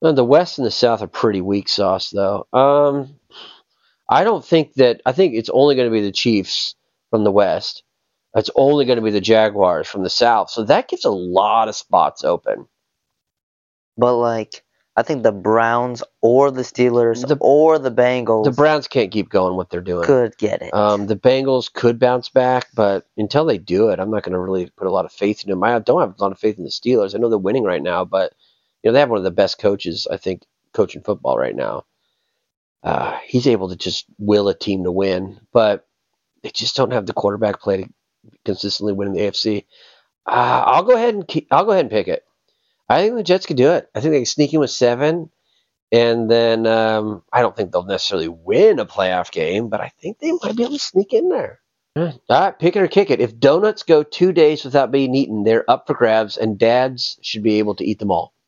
S1: And the West and the South are pretty weak sauce, though. Um, I don't think that. I think it's only going to be the Chiefs from the West. It's only going to be the Jaguars from the South. So that gives a lot of spots open.
S2: But like I think the Browns or the Steelers
S1: The-
S2: or the Bengals
S1: The Browns can't keep going what they're doing.
S2: could get it.
S1: Um, the Bengals could bounce back, but until they do it, I'm not going to really put a lot of faith in them. I don't have a lot of faith in the Steelers. I know they're winning right now, but you know they have one of the best coaches I think coaching football right now. Uh, he's able to just will a team to win, but they just don't have the quarterback play to consistently win in the AFC. Uh, I'll go ahead and keep, I'll go ahead and pick it. I think the Jets could do it. I think they can sneak in with seven, and then um, I don't think they'll necessarily win a playoff game, but I think they might be able to sneak in there. All right, pick it or kick it. If donuts go two days without being eaten, they're up for grabs, and dads should be able to eat them all.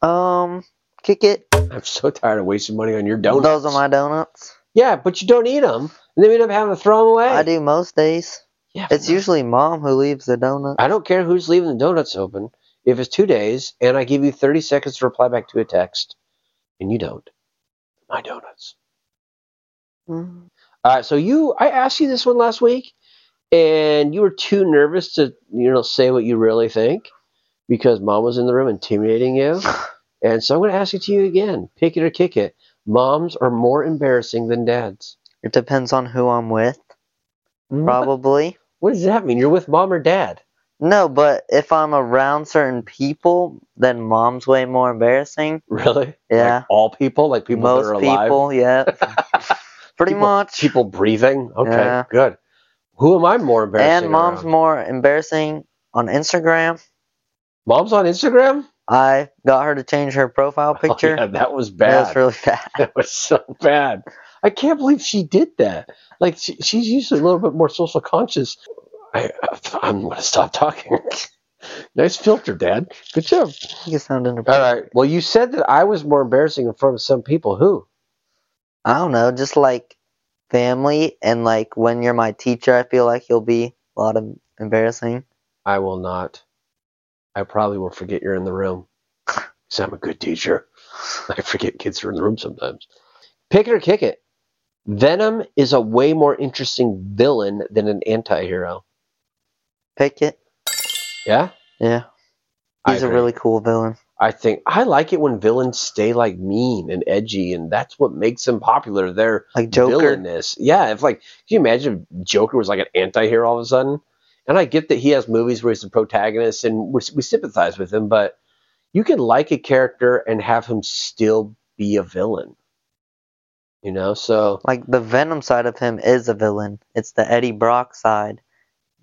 S2: Um, kick it.
S1: I'm so tired of wasting money on your donuts.
S2: Those are my donuts.
S1: yeah, but you don't eat them, and then we end up having to throw them away.
S2: I do most days.
S1: Yeah,
S2: It's usually mom who leaves the donut.
S1: I don't care who's leaving the donuts open. If it's two days, and I give you 30 seconds to reply back to a text, and you don't, my donuts.
S2: Mm.
S1: All right, so you, I asked you this one last week, and you were too nervous to, you know, say what you really think because mom was in the room intimidating you. And so I'm going to ask it to you again pick it or kick it. Moms are more embarrassing than dads.
S2: It depends on who I'm with, Mm-hmm. probably.
S1: What does that mean? You're with mom or dad?
S2: No, but if I'm around certain people, then mom's way more embarrassing.
S1: Really?
S2: Yeah.
S1: Like all people? Like people
S2: most
S1: that are alive?
S2: people, yeah. Pretty
S1: People-
S2: much.
S1: people breathing. Okay,
S2: Yeah.
S1: good. Who am I more embarrassing?
S2: and mom's
S1: around?
S2: more embarrassing on Instagram.
S1: mom's on Instagram.
S2: I got her to change her profile
S1: Oh,
S2: picture.
S1: yeah, that was
S2: That
S1: bad.
S2: was really bad.
S1: that was so bad. I can't believe she did that. Like she, she's usually a little bit more social conscious. I, I'm gonna stop talking. nice filter, Dad. Good job.
S2: You sound
S1: All
S2: inappropriate.
S1: right. Well, you said that I was more embarrassing in front of some people. Who?
S2: I don't know, just like family and like when you're my teacher, I feel like you'll be a lot of embarrassing.
S1: I will not. I probably will forget you're in the room. Because I'm a good teacher. I forget kids are in the room sometimes. Pick it or kick it. Venom is a way more interesting villain than an anti hero.
S2: Pick it.
S1: Yeah?
S2: Yeah.
S1: I
S2: He's a
S1: agree.
S2: really cool villain.
S1: I think I like it when villains stay like mean and edgy, and that's what makes them popular. Their
S2: Like Joker.
S1: villainness. Yeah, if like, can you imagine if Joker was like an anti-hero all of a sudden? And I get that he has movies where he's the protagonist, and we, we sympathize with him, but you can like a character and have him still be a villain. You know, so
S2: Like the Venom side of him is a villain. It's the Eddie Brock side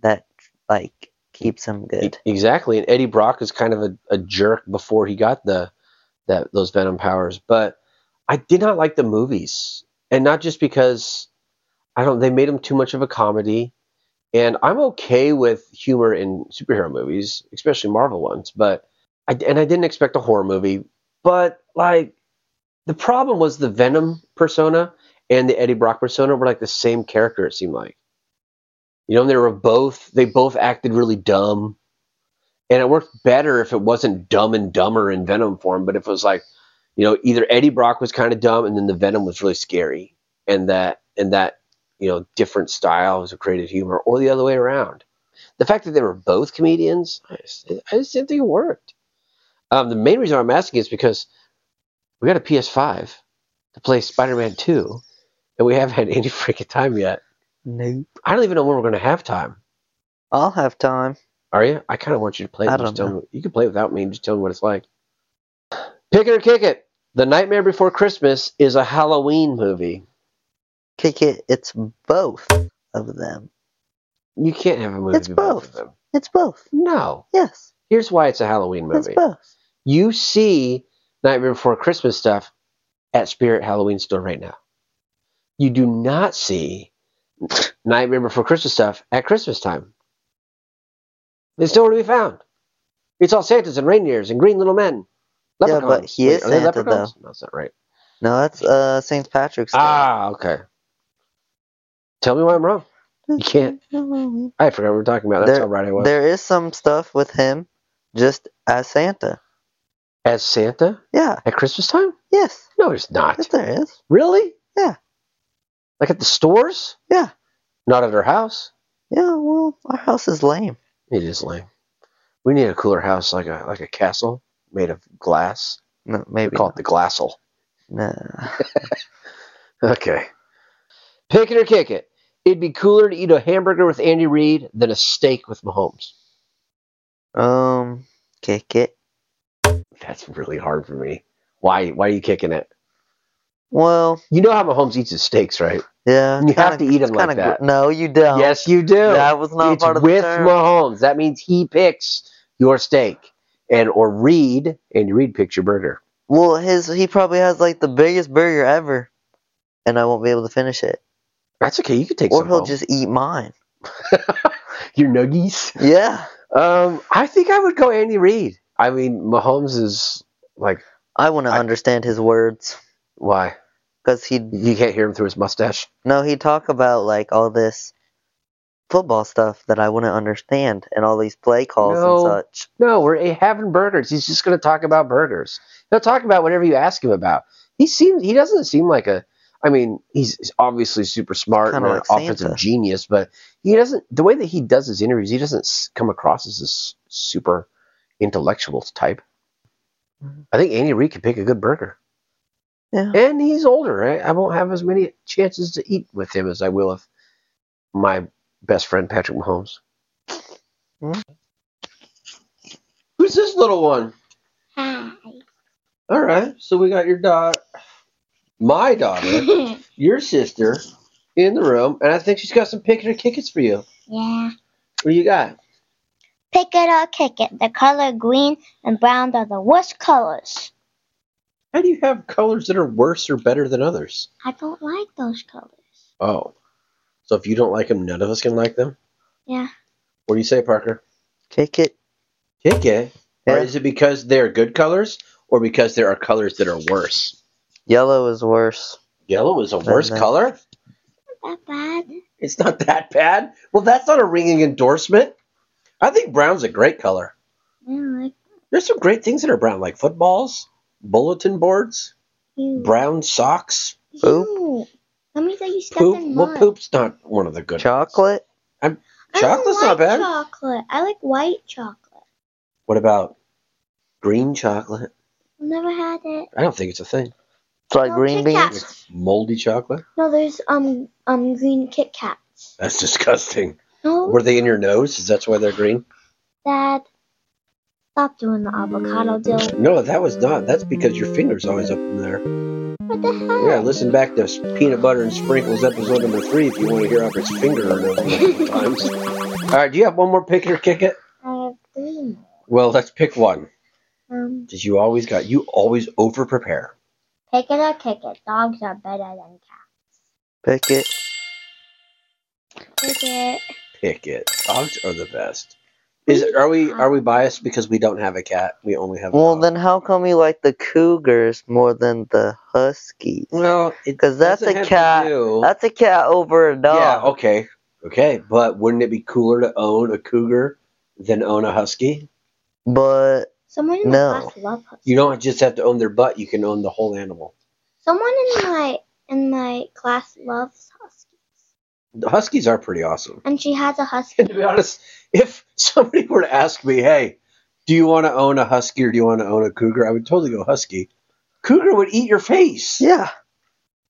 S2: that like keeps him
S1: e-
S2: good.
S1: exactly. And Eddie Brock is kind of a, a jerk before he got the that those Venom powers, but I did not like the movies, and not just because I don't. They made them too much of a comedy, and I'm okay with humor in superhero movies, especially Marvel ones. But I and I didn't expect a horror movie, but like the problem was the Venom persona and the Eddie Brock persona were like the same character. It seemed like, you know, and they were both they both acted really dumb, and it worked better if it wasn't dumb and dumber in Venom form, but if it was like, you know, either Eddie Brock was kind of dumb and then the Venom was really scary, and that and that you know different styles of creative humor, or the other way around. The fact that they were both comedians, I just, I just didn't think it worked. Um, the main reason I'm asking is because we got a PS5 to play Spider-Man 2, and we haven't had any freaking time yet.
S2: Nope.
S1: I don't even know when we're going to have time.
S2: I'll have time.
S1: Are you? I kind of want you to play.
S2: I
S1: and just
S2: don't
S1: tell Me, you can play without me and just tell me what it's like. Pick it or kick it. The Nightmare Before Christmas is a Halloween movie.
S2: Kick it. It's both of them.
S1: You can't have a movie.
S2: It's
S1: with both.
S2: both.
S1: of them.
S2: It's both.
S1: No.
S2: Yes.
S1: Here's why it's a Halloween
S2: It's
S1: movie.
S2: both.
S1: You see Nightmare Before Christmas stuff at Spirit Halloween store right now. You do not see Nightmare Before Christmas stuff at Christmas time. It's nowhere to be found. It's all Santas and reindeers and green little men.
S2: Yeah, but
S1: Leprechauns.
S2: he is
S1: are they
S2: Santa,
S1: leprechauns? No, that's not right.
S2: No, that's uh St. Patrick's. Day.
S1: Ah, okay. Tell me why I'm wrong. You can't. I forgot what we were talking about. That's
S2: There-
S1: how right I was.
S2: There is some stuff with him just as Santa.
S1: As Santa
S2: Yeah.
S1: at Christmas time?
S2: Yes.
S1: No, there's not.
S2: Yes, there is.
S1: Really?
S2: Yeah.
S1: Like at the stores?
S2: Yeah.
S1: Not at our house.
S2: Yeah, well, our house is lame.
S1: It is lame. We need a cooler house, like a like a castle made of glass.
S2: No,
S1: We
S2: maybe.
S1: call it the glassel.
S2: No.
S1: Okay. Pick it or kick it. It'd be cooler to eat a hamburger with Andy Reid than a steak with Mahomes.
S2: Um, kick it.
S1: That's really hard for me. Why? Why are you kicking it?
S2: Well,
S1: You know how Mahomes eats his steaks, right?
S2: yeah.
S1: You have to eat 'em
S2: it's kinda
S1: like that.
S2: gr- No, you don't.
S1: Yes, you do.
S2: That was not
S1: it's
S2: part of the
S1: with
S2: term.
S1: Mahomes. That means he picks your steak and or Reed and Reed picks your burger.
S2: well, his he probably has like the biggest burger ever, and I won't be able to finish it.
S1: That's okay. You can take
S2: Or
S1: some
S2: he'll
S1: home.
S2: just eat mine.
S1: Your nuggies.
S2: Yeah,
S1: Um, I think I would go Andy Reid. I mean, Mahomes is like,
S2: I want to
S1: I-
S2: understand his words
S1: why?
S2: because he
S1: You can't hear him through his mustache.
S2: no he talk about like all this football stuff that I want to understand and all these play calls
S1: No.
S2: and such.
S1: No, we're having burgers. He's just going to talk about burgers. He'll talk about whatever you ask him about. He seems he doesn't seem like a. I mean, he's, he's obviously super smart
S2: Kinda
S1: and
S2: like
S1: an offensive
S2: Santa.
S1: genius, but he doesn't. The way that he does his interviews, he doesn't s- come across as this super intellectual type.
S2: Mhm.
S1: I think Andy Reid could pick a good burger,
S2: Yeah.
S1: and he's older. Right? I won't have as many chances to eat with him as I will if my best friend Patrick Mahomes.
S2: Mhm.
S1: Who's this little one?
S3: Hi.
S1: All right, so we got your daughter, my daughter,
S3: yeah.
S1: your sister, in the room, and I think she's got some picket or kickets for you. What do you got?
S3: Pick it or kick it. The color green and brown are the worst colors.
S1: How do you have colors that are worse or better than others?
S3: I don't like those colors.
S1: Oh, so if you don't like them, none of us can like them.
S3: Yeah.
S1: What do you say, Parker?
S2: Kick it.
S1: Kick it. Or
S2: Yeah.
S1: is it because they're good colors, or because there are colors that are worse?
S2: Yellow is worse.
S1: Yellow is a worse
S2: Doesn't it?
S1: color.
S3: Not that bad.
S1: It's not that bad. Well, that's not a ringing endorsement. I think brown's a great color.
S3: I don't like
S1: There's some great things that are brown, like footballs, bulletin boards,
S3: you.
S1: brown socks,
S2: Poop?
S3: You. That means that you stuck
S1: poop.
S3: in
S1: Well,
S3: mud.
S1: poop's not one of the good.
S2: Chocolate.
S3: I don't
S1: Chocolate's
S3: like
S1: not bad.
S3: Chocolate. I like white chocolate.
S1: What about green chocolate?
S3: Never had it.
S1: I don't think it's a thing.
S2: It's like
S3: No,
S2: green
S3: Kit Kat.
S2: beans.
S1: It's moldy chocolate.
S3: No, there's um um green Kit Kats.
S1: That's disgusting.
S3: No,
S1: Were they in your nose? Is that why they're green?
S3: Dad. Stop doing the avocado deal.
S1: No, that was not. That's because your finger's always up in there.
S3: What the hell?
S1: Yeah, listen back to Peanut Butter and Sprinkles episode number three if you want to hear Albert's finger or no times. All right, do you have one more pick or kick it?
S3: I have three.
S1: Well, let's pick one.
S3: Um,
S1: Did you always got you always over prepare?
S3: pick it or kick it. Dogs are better than
S2: Pick it.
S3: cats. Pick it.
S1: pick it. Dogs are the best. Is are we are we biased because we don't have a cat? We only have. A
S2: Well,
S1: dog?
S2: then how come you like the Cougars more than the Huskies?
S1: Well, it
S2: 'Cause that's
S1: doesn't
S2: a
S1: have to
S2: cat.
S1: do-
S2: That's a cat over a dog.
S1: Yeah. Okay. Okay, but wouldn't it be cooler to own a cougar than own a husky?
S2: But
S3: Someone in
S2: No.
S3: my class love huskies.
S1: You don't just have to own their butt; you can own the whole animal.
S3: Someone in my in my class loves huskies,
S1: The huskies are pretty awesome.
S3: and she has a husky.
S1: And to be honest, if somebody were to ask me, "Hey, do you want to own a husky or do you want to own a cougar?" I would totally go husky. Cougar would eat your face,
S2: yeah,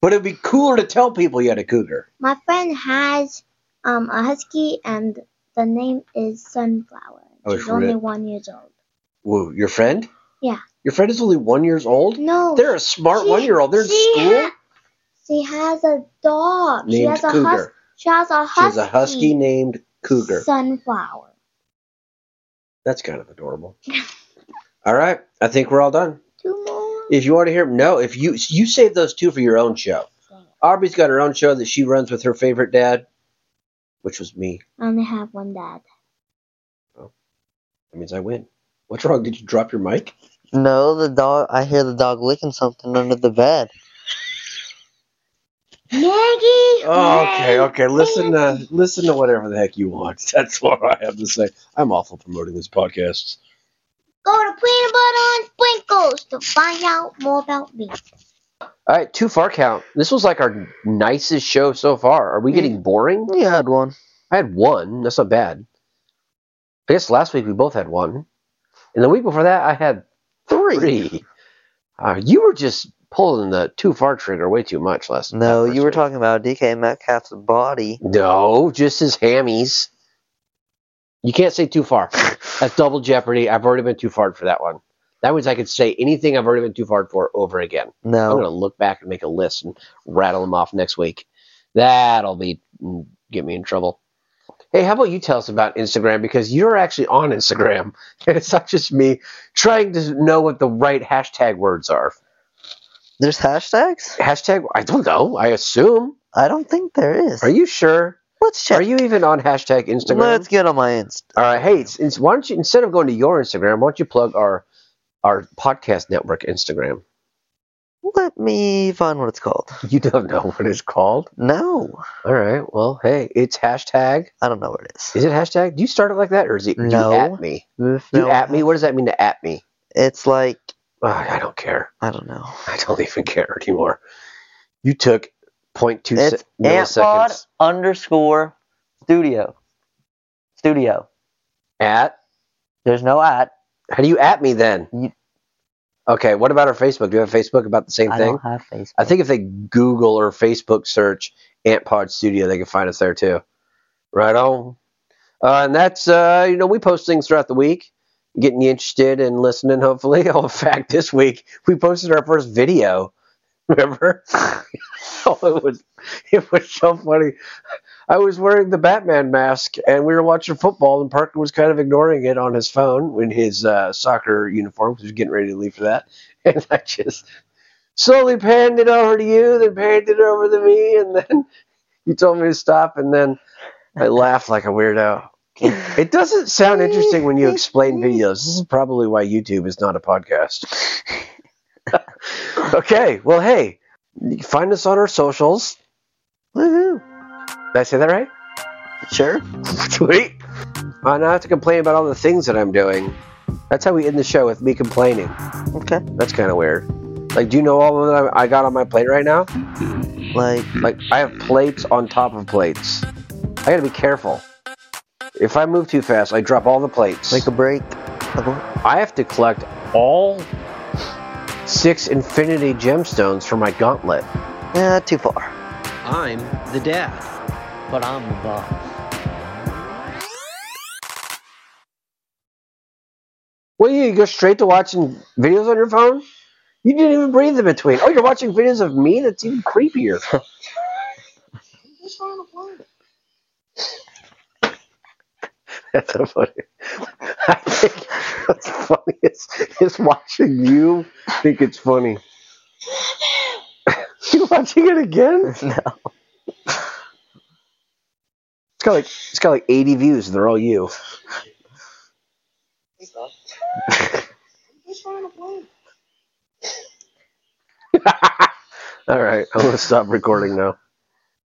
S1: but it'd be cooler to tell people you had a cougar.
S3: My friend has um a husky, and the name is Sunflower.
S1: Oh,
S3: She's
S1: for
S3: only
S1: real?
S3: one years old.
S1: Whoa, your friend?
S3: Yeah.
S1: Your friend is only one years old?
S3: No,
S1: They're a smart
S3: She-
S1: one year old. They're in
S3: she
S1: school.
S3: ha- she has a dog. she
S1: named
S3: has a
S1: Cougar.
S3: hus- She has a
S1: she
S3: husky.
S1: has a husky named Cougar.
S3: Sunflower.
S1: That's kind of adorable. all right. I think we're all done.
S3: Two more.
S1: If you want to hear no, if you you save those two for your own show. Aubrey's got her own show that she runs with her favorite dad, which was me.
S3: I only have one dad.
S1: That means I win. What's wrong? Did you drop your mic?
S2: no, the dog. I hear the dog licking something under the bed.
S3: Maggie.
S1: Oh, Okay, okay. Listen to listen to whatever the heck you want. That's all I have to say. I'm awful promoting this podcast.
S3: Go to Peanut Butter and Sprinkles to find out more about me.
S1: All right, two far count. This was like our nicest show so far. Are we getting boring?
S2: You had one.
S1: I had one. That's not bad. I guess last week we both had one, and the week before that I had three. Uh, you were just pulling the too far trigger way too much last.
S2: No,
S1: that
S2: you
S1: first
S2: were
S1: week.
S2: talking about DK Metcalf's body.
S1: No, just his hammies. You can't say too far. That's double jeopardy. I've already been too far for that one. That means I could say anything I've already been too far for over again. I'm
S2: No,
S1: gonna look back and make a list and rattle them off next week. That'll be mm, get me in trouble. Hey, how about you tell us about Instagram because you're actually on Instagram, and it's not just me trying to know what the right hashtag words are.
S2: there's hashtags.
S1: Hashtag? I don't know. I assume.
S2: I don't think there is.
S1: Are you sure?
S2: Let's check.
S1: Are you even on hashtag Instagram?
S2: Let's get on my Insta.
S1: All right. Hey, it's, it's, why don't you instead of going to your Instagram, why don't you plug our our podcast network Instagram?
S2: Let me find what it's called.
S1: You don't know what it's called.
S2: No,
S1: All right. Well, hey, it's hashtag.
S2: I don't know what it is.
S1: Is it hashtag? Do you start it like that, or is it you
S2: No.
S1: at me? You
S2: No,
S1: at me? What does that mean to at me?
S2: It's like
S1: Oh, I don't care.
S2: I don't know.
S1: I don't even care anymore. You took 0.2 se-
S2: It's
S1: milliseconds
S2: antpod underscore studio. Studio.
S1: at.
S2: There's no at.
S1: How do you at me then?
S2: You-
S1: okay. What about our Facebook? Do you have Facebook about the same
S2: I
S1: thing?
S2: don't have Facebook.
S1: I think if they Google or Facebook search Ant Pod Studio, they can find us there too. Right on. Uh, and that's, uh, you know, we post things throughout the week, getting you interested and listening, hopefully. Oh, in fact, this week we posted our first video. Remember? oh, it was it was so funny. I was wearing the Batman mask and we were watching football, and Parker was kind of ignoring it on his phone in his uh, soccer uniform because he was getting ready to leave for that. And I just slowly panned it over to you, then panned it over to me, and then you told me to stop, and then I laughed like a weirdo. It doesn't sound interesting when you explain videos. This is probably why YouTube is not a podcast. okay, well, hey, you can find us on our socials.
S2: Woohoo.
S1: Did I say that right?
S2: Sure.
S1: Sweet. I now have to complain about all the things that I'm doing. That's how we end the show with me complaining.
S2: Okay.
S1: That's kind of weird. Like, do you know all that I I got on my plate right now?
S2: Like
S1: Like I have plates on top of plates. I gotta be careful. If I move too fast, I drop all the plates.
S2: like
S1: Like
S2: a break. Like what?
S1: I have to collect all six infinity gemstones for my gauntlet.
S2: Yeah, too far.
S4: I'm the dad, but I'm the boss.
S1: What do you, you go straight to watching videos on your phone? You didn't even breathe in between. Oh, you're watching videos of me? That's even creepier. That's so funny. I think what's funny is, is watching you think it's funny. you watching it again? It's
S2: No.
S1: got like it's got like 80 views. They're all you. all right, I'm gonna stop recording now.